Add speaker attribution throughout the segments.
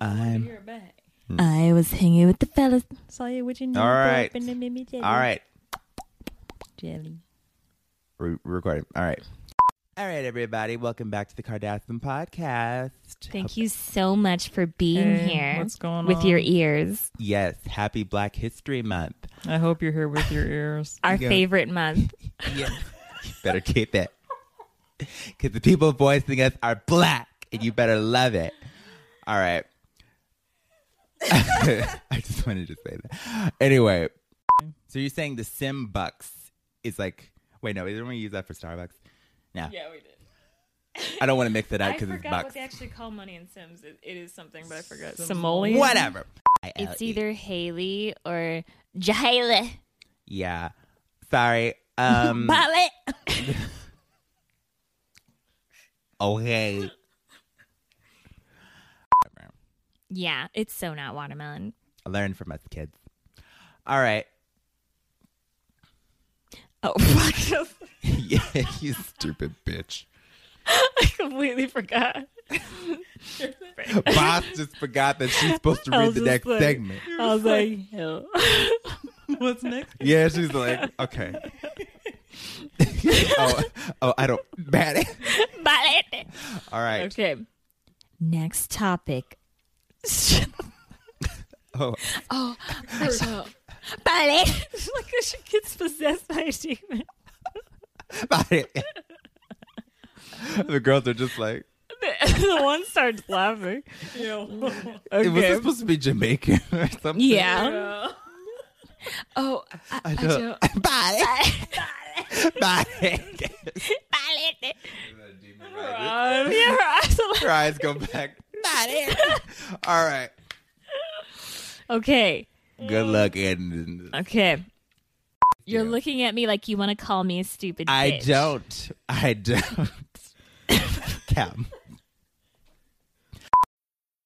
Speaker 1: I'm-
Speaker 2: you're back.
Speaker 3: I was hanging with the fellas.
Speaker 2: Saw you with your new
Speaker 1: All right.
Speaker 2: butt and the mimi jelly.
Speaker 1: All right.
Speaker 2: Jelly.
Speaker 1: We're we're recording. All right. All right, everybody. Welcome back to the Kardashian podcast.
Speaker 3: Thank you so much for being
Speaker 2: Hey,
Speaker 3: here.
Speaker 2: what's going
Speaker 3: with your e-
Speaker 2: on?
Speaker 3: ears?
Speaker 1: Yes. Happy Black History Month.
Speaker 2: I hope you're here with your ears.
Speaker 3: Our
Speaker 1: Yeah.
Speaker 3: favorite month.
Speaker 1: Yes. better keep it. Because the people voicing us are black and you better love it. All right. I just wanted to say that. Anyway, so you're saying the Sim Bucks is like, wait, no, didn't we use that for Starbucks? No,
Speaker 2: yeah, we did.
Speaker 1: I don't want to mix it up
Speaker 3: I
Speaker 1: because it's
Speaker 3: forgot what
Speaker 1: Bucks.
Speaker 3: they actually call money in Sims. It, it is something, but I forgot.
Speaker 2: Simoleon?
Speaker 1: Whatever. E.
Speaker 3: It's either Haley or Jahale.
Speaker 1: Yeah. Sorry. Um,
Speaker 3: Bale.
Speaker 1: okay.
Speaker 3: yeah, it's so not watermelon.
Speaker 1: Learn from us, kids. All right.
Speaker 3: Oh, fuck.
Speaker 1: yeah, you stupid bitch.
Speaker 3: I completely forgot.
Speaker 1: Boss just forgot that she's supposed to
Speaker 3: I
Speaker 1: read
Speaker 3: was
Speaker 1: the
Speaker 3: just
Speaker 1: next
Speaker 3: like-
Speaker 1: segment.
Speaker 3: I was like, hell.
Speaker 2: What's next?
Speaker 1: Yeah, she's like, okay. oh, oh, I don't. Bad.
Speaker 3: Bale.
Speaker 1: All right.
Speaker 3: Okay. Next topic.
Speaker 1: Oh,
Speaker 3: Oh, so, Bale. like she gets possessed by a demon.
Speaker 1: about it. the girls are just like,
Speaker 3: the one starts laughing.
Speaker 1: it was this supposed to be Jamaican or something.
Speaker 3: Yeah. Oh, I, I
Speaker 1: I don't.
Speaker 3: don't-
Speaker 1: Bye. Bye.
Speaker 3: Bale. Yeah, her eyes are like-
Speaker 1: Her eyes go back.
Speaker 3: Bale.
Speaker 1: All right.
Speaker 3: Okay.
Speaker 1: Good luck editing this.
Speaker 3: Okay. You're
Speaker 1: Yeah.
Speaker 3: looking at me like you want to call me a stupid
Speaker 1: I
Speaker 3: bitch.
Speaker 1: don't. I don't. Cam.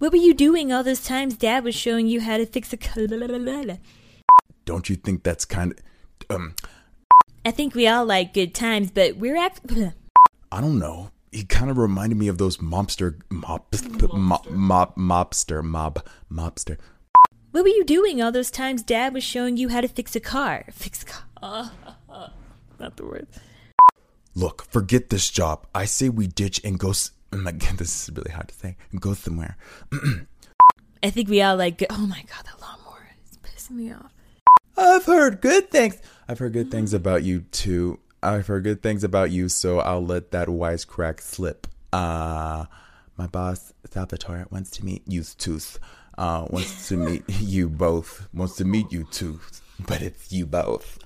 Speaker 3: What were you doing all those times Dad was showing you how to fix a color?
Speaker 4: Don't you think that's kind of. Um,
Speaker 3: I think we all like good times, but we're act.
Speaker 4: I don't know. He kind of reminded me of those mobster. Mop, mop, mop, mobster. Mob. Mobster.
Speaker 3: What were you doing all those times Dad was showing you how to fix a car? Fix a car. not the word.
Speaker 4: Look, forget this job. I say we ditch and go. S- oh my God, this is really hard to say. Go somewhere.
Speaker 3: I think we all like. Good- oh my god, the lawnmower is pissing me off.
Speaker 4: I've heard good things. I've heard good things about you too. I've heard good things about you, so I'll let that wisecrack slip. Uh my boss Salvatore wants to meet you tooth. Uh wants to meet you both. Wants to meet you tooth. But it's you both.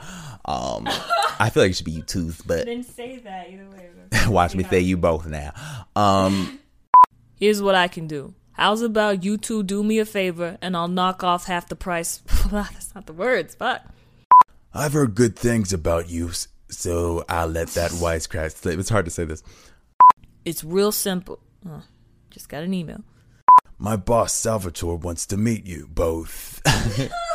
Speaker 4: Um I feel like it should be you tooth, but
Speaker 3: Didn't say that either way.
Speaker 4: watch me say you both now. Um
Speaker 5: Here's what I can do. How's about you two do me a favor and I'll knock off half the price? That's not the words, but
Speaker 4: I've heard good things about you, so I'll let that wisecrack slip. It's hard to say this.
Speaker 5: it's real simple. Oh, just got an email.
Speaker 4: My boss Salvatore wants to meet you both.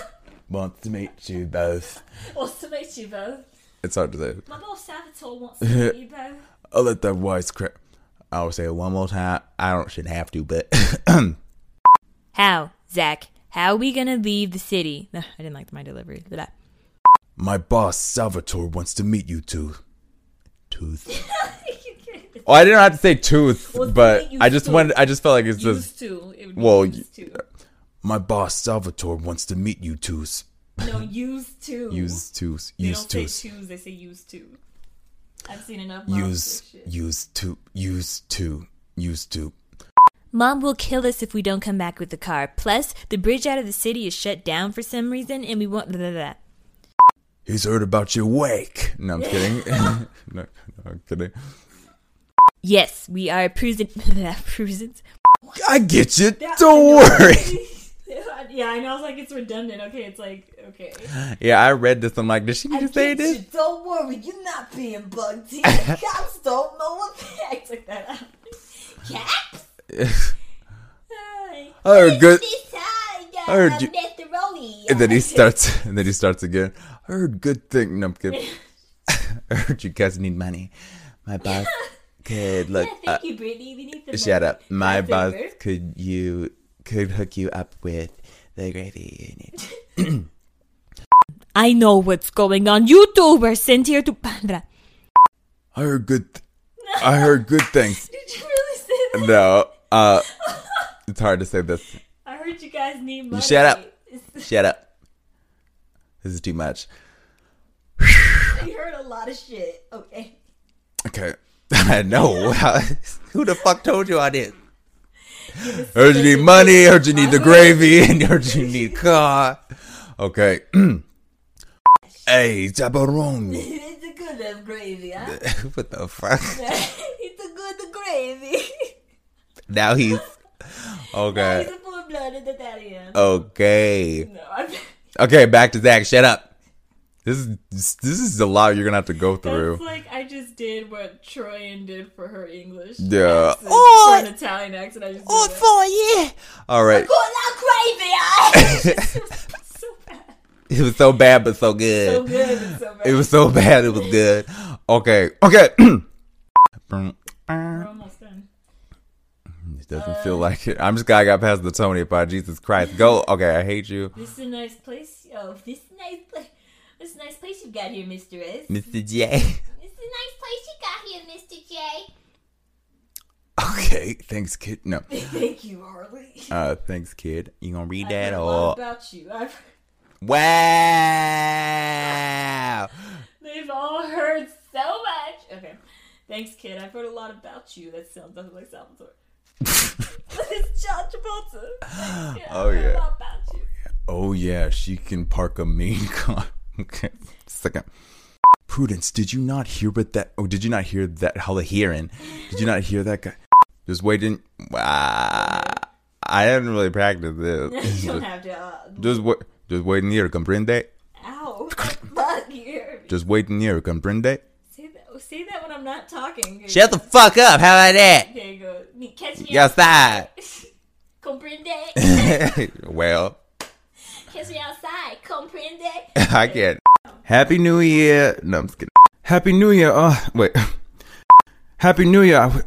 Speaker 4: wants to meet you both.
Speaker 3: Wants to meet you both.
Speaker 4: It's hard to say.
Speaker 3: My boss Salvatore wants to meet you both.
Speaker 4: I'll let that wise crap. I'll say it one more time. I don't should have to, but
Speaker 3: How, Zach? How we gonna leave the city? I didn't like my delivery. Blah.
Speaker 4: my boss Salvatore wants to meet you two. Tooth. oh, I didn't have to say tooth, but I just wanted. I just felt like it's just.
Speaker 3: to. It would
Speaker 4: Well, y- my boss Salvatore wants to meet you twos.
Speaker 3: no, used to.
Speaker 4: Use twos. Use twos.
Speaker 3: choose. They say used to. I've seen enough.
Speaker 4: Use use two. Use two. Use two.
Speaker 3: Mom will kill us if we don't come back with the car. Plus, the bridge out of the city is shut down for some reason, and we won't. Blah, blah, blah.
Speaker 4: He's heard about your wake. No, I'm kidding. no, no, I'm kidding.
Speaker 3: Yes, we are prison. Prisons.
Speaker 1: I get you. Don't worry.
Speaker 3: yeah, I know. I was like, it's redundant. Okay, it's like, okay.
Speaker 1: yeah, I read this. I'm like, did she just say this?
Speaker 3: Don't worry, you're not being bugged. here. Cops don't know what acts like that. Cops? Hi.
Speaker 1: I heard good.
Speaker 3: This time,
Speaker 1: I heard you-
Speaker 3: Macaroni.
Speaker 1: And then he starts. And then he starts again. I heard good thing. No, I'm kidding. I heard you guys need money. My boss could look.
Speaker 3: Thank
Speaker 1: Uh,
Speaker 3: you, Brittany. We need the
Speaker 1: shut
Speaker 3: money.
Speaker 1: up. My
Speaker 3: That's
Speaker 1: boss
Speaker 3: over.
Speaker 1: could you could hook you up with the gravy you need.
Speaker 3: I know what's going on. YouTube are sent here to Pandra.
Speaker 1: I heard good. Th- I heard good things.
Speaker 3: Did you really say that?
Speaker 1: No. Uh, it's hard to say this.
Speaker 3: I heard you guys need money.
Speaker 1: shut up. Shut up. This is too much.
Speaker 3: You heard a lot of shit. Okay.
Speaker 1: Okay. I know. Who the fuck told you I did? Heard you need money, heard you need the gravy, and heard you need car. Okay. hey, Jabaroni.
Speaker 3: It's a good of gravy, huh?
Speaker 1: what the fuck?
Speaker 3: it's a good gravy.
Speaker 1: Now he's.
Speaker 3: He's
Speaker 1: Okay.
Speaker 3: a full-blooded Italian.
Speaker 1: uh, Okay.
Speaker 3: No, I'm
Speaker 1: Okay, back to Zach. Shut up. This is this is a lot you're gonna have to go
Speaker 4: That's
Speaker 1: through.
Speaker 4: like I just did what Troyan did for her English.
Speaker 1: Yeah. Oh,
Speaker 4: accent, for an Italian accent. I just did that.
Speaker 1: All right.
Speaker 3: Oh, that gravy, huh?
Speaker 1: It was so bad, but so good.
Speaker 4: so good. It's so bad.
Speaker 1: It was so bad. It was good. Okay. Okay.
Speaker 4: We're almost done.
Speaker 1: it doesn't feel like it. I'm just glad I got past the Tony by Jesus Christ. Go. Okay. I hate you.
Speaker 3: This is a nice place. Oh, this nice place. This nice place you got here, Mr. S.
Speaker 1: Mr. J.
Speaker 3: This is a nice place you got here, Mr. J.
Speaker 1: Okay. Thanks, kid. No.
Speaker 3: Thank you, Harley.
Speaker 1: Uh, thanks, kid. You gonna read that Oh.
Speaker 4: A lot
Speaker 1: or
Speaker 4: about you. I've,
Speaker 1: Wow.
Speaker 4: they've all heard so much. Okay. Thanks, kid. I've heard a lot about you. That sounds nothing like Salvatore. it's John Travolta. Thanks, kid. I've
Speaker 1: Oh,
Speaker 4: heard a
Speaker 1: yeah.
Speaker 4: lot about you.
Speaker 1: Oh yeah, she can park a mean car. okay. Second. Prudence, did you not hear what that oh did you not hear that hella hearing? Did you not hear that guy? Just waiting wow. I didn't really practice this.
Speaker 4: You don't have to. Uh,
Speaker 1: Just wait just waiting here, comprende?
Speaker 4: ow. Fuck you. heard me.
Speaker 1: Just waiting here, comprende?
Speaker 4: Say that, say that when I'm not talking.
Speaker 1: Shut the fuck up, how about that?
Speaker 4: Okay, go. Me, catch me.
Speaker 1: You outside.
Speaker 4: Comprende.
Speaker 1: well,
Speaker 3: Catch me outside. Comprende?
Speaker 1: I can't. Happy New Year. No, I'm just kidding. Happy New Year. Oh, wait. Happy New Year. I w-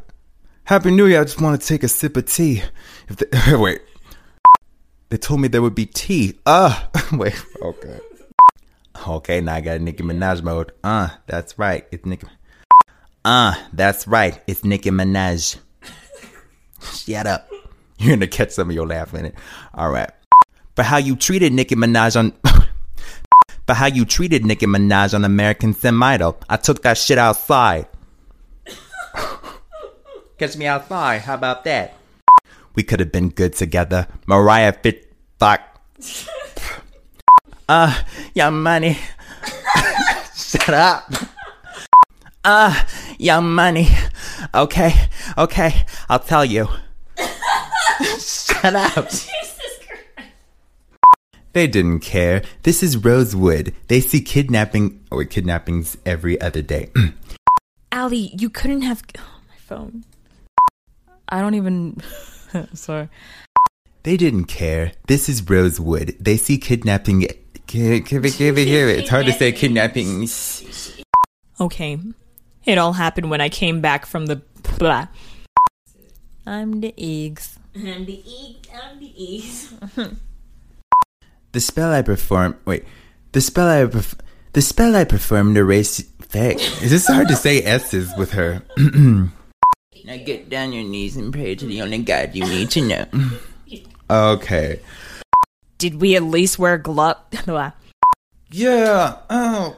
Speaker 1: Happy New Year. I just want to take a sip of tea. If they- wait. They told me there would be tea. Ah, wait. Okay. Okay, now I got Nicki Minaj mode. Uh, that's right. It's Nicki. Uh, that's right. It's Nicki Minaj. Shut up. You're gonna catch some of your laugh in it. All right. But how you treated Nicki Minaj on but how you treated Nicki Minaj on American Sam Idol. I took that shit outside. Catch me outside. How about that? We could have been good together. Mariah fit fuck. uh, your money. Shut up. Uh, your money. Okay, okay, I'll tell you. Shut up. They didn't care. This is Rosewood. They see kidnapping or kidnappings every other day.
Speaker 3: Allie, you couldn't have. Oh, my phone.
Speaker 2: I don't even. Sorry.
Speaker 1: they didn't care. This is Rosewood. They see kidnapping. Ki- ki- ki- ki- ki- It's hard to say kidnappings.
Speaker 4: okay. It all happened when I came back from the. Blah.
Speaker 2: I'm the eggs.
Speaker 3: I'm the east. I'm the east.
Speaker 1: The spell I perform. Wait. The spell I perf- the spell I performed erased. Fact. Is this hard to say s's with her? now get down your knees and pray to the only God you need to know. okay.
Speaker 4: Did we at least wear gloves? Blah.
Speaker 1: Yeah. Oh.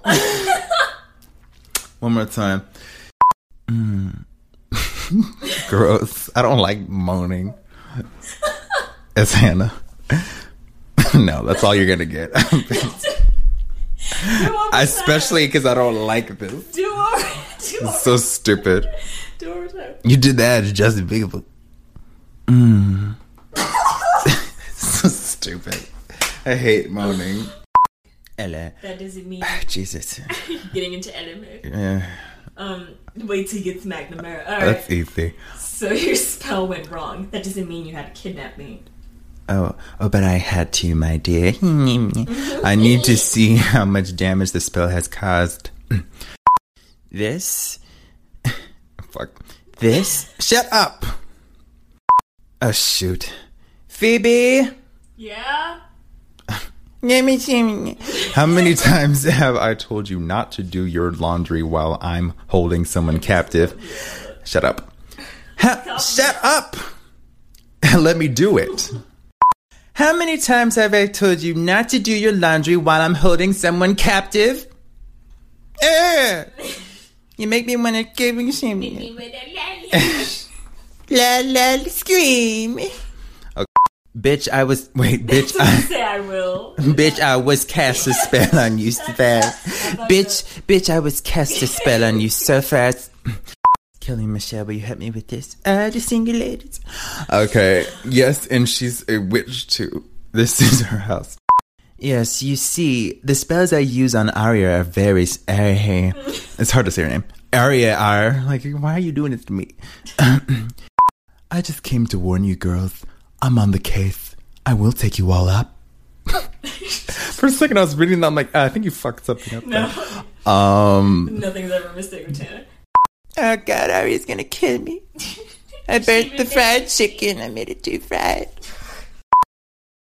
Speaker 1: One more time. Mm. Gross. I don't like moaning. It's Hannah. no, that's all you're gonna get. Especially because I don't like this.
Speaker 4: Do over. Do
Speaker 1: It's so stupid.
Speaker 4: Do over.
Speaker 1: You did that, to Justin Bieber. Mm. so stupid. I hate moaning. Ella.
Speaker 4: That doesn't mean
Speaker 1: Jesus.
Speaker 4: getting into LMA.
Speaker 1: Yeah,
Speaker 4: Um, wait till he gets McNamara. All right.
Speaker 1: that's easy.
Speaker 4: So your spell went wrong. That doesn't mean you had to kidnap me.
Speaker 1: Oh, oh, but I had to, my dear. I need to see how much damage the spell has caused. This. Fuck. This. Shut up! Oh, shoot. Phoebe!
Speaker 4: Yeah.
Speaker 1: Let me see. How many times have I told you not to do your laundry while I'm holding someone captive? Shut up. Ha- shut up! Let me do it. How many times have I told you not to do your laundry while I'm holding someone captive? Eh. You make me want to give you shame. La la scream. Okay. Bitch, I was. Wait, bitch, I.
Speaker 4: Say I will.
Speaker 1: Bitch, I was cast a spell on you so fast. bitch, bitch, I was cast a spell on you so fast. Kelly Michelle, will you help me with this? Uh, the single ladies. Okay, yes, and she's a witch too. This is her house. Yes, you see, the spells I use on Arya are very. s- Arya. It's hard to say her name. Arya are. Like, why are you doing this to me? I just came to warn you, girls. I'm on the case. I will take you all up. For a second, I was reading that. I'm like, "Ah, I think you fucked something up.
Speaker 4: No,
Speaker 1: there. Um.
Speaker 4: nothing's ever a mistake with Tanner.
Speaker 1: Oh God, Ari's gonna kill me. I burnt the fried chicken. I made it too fried.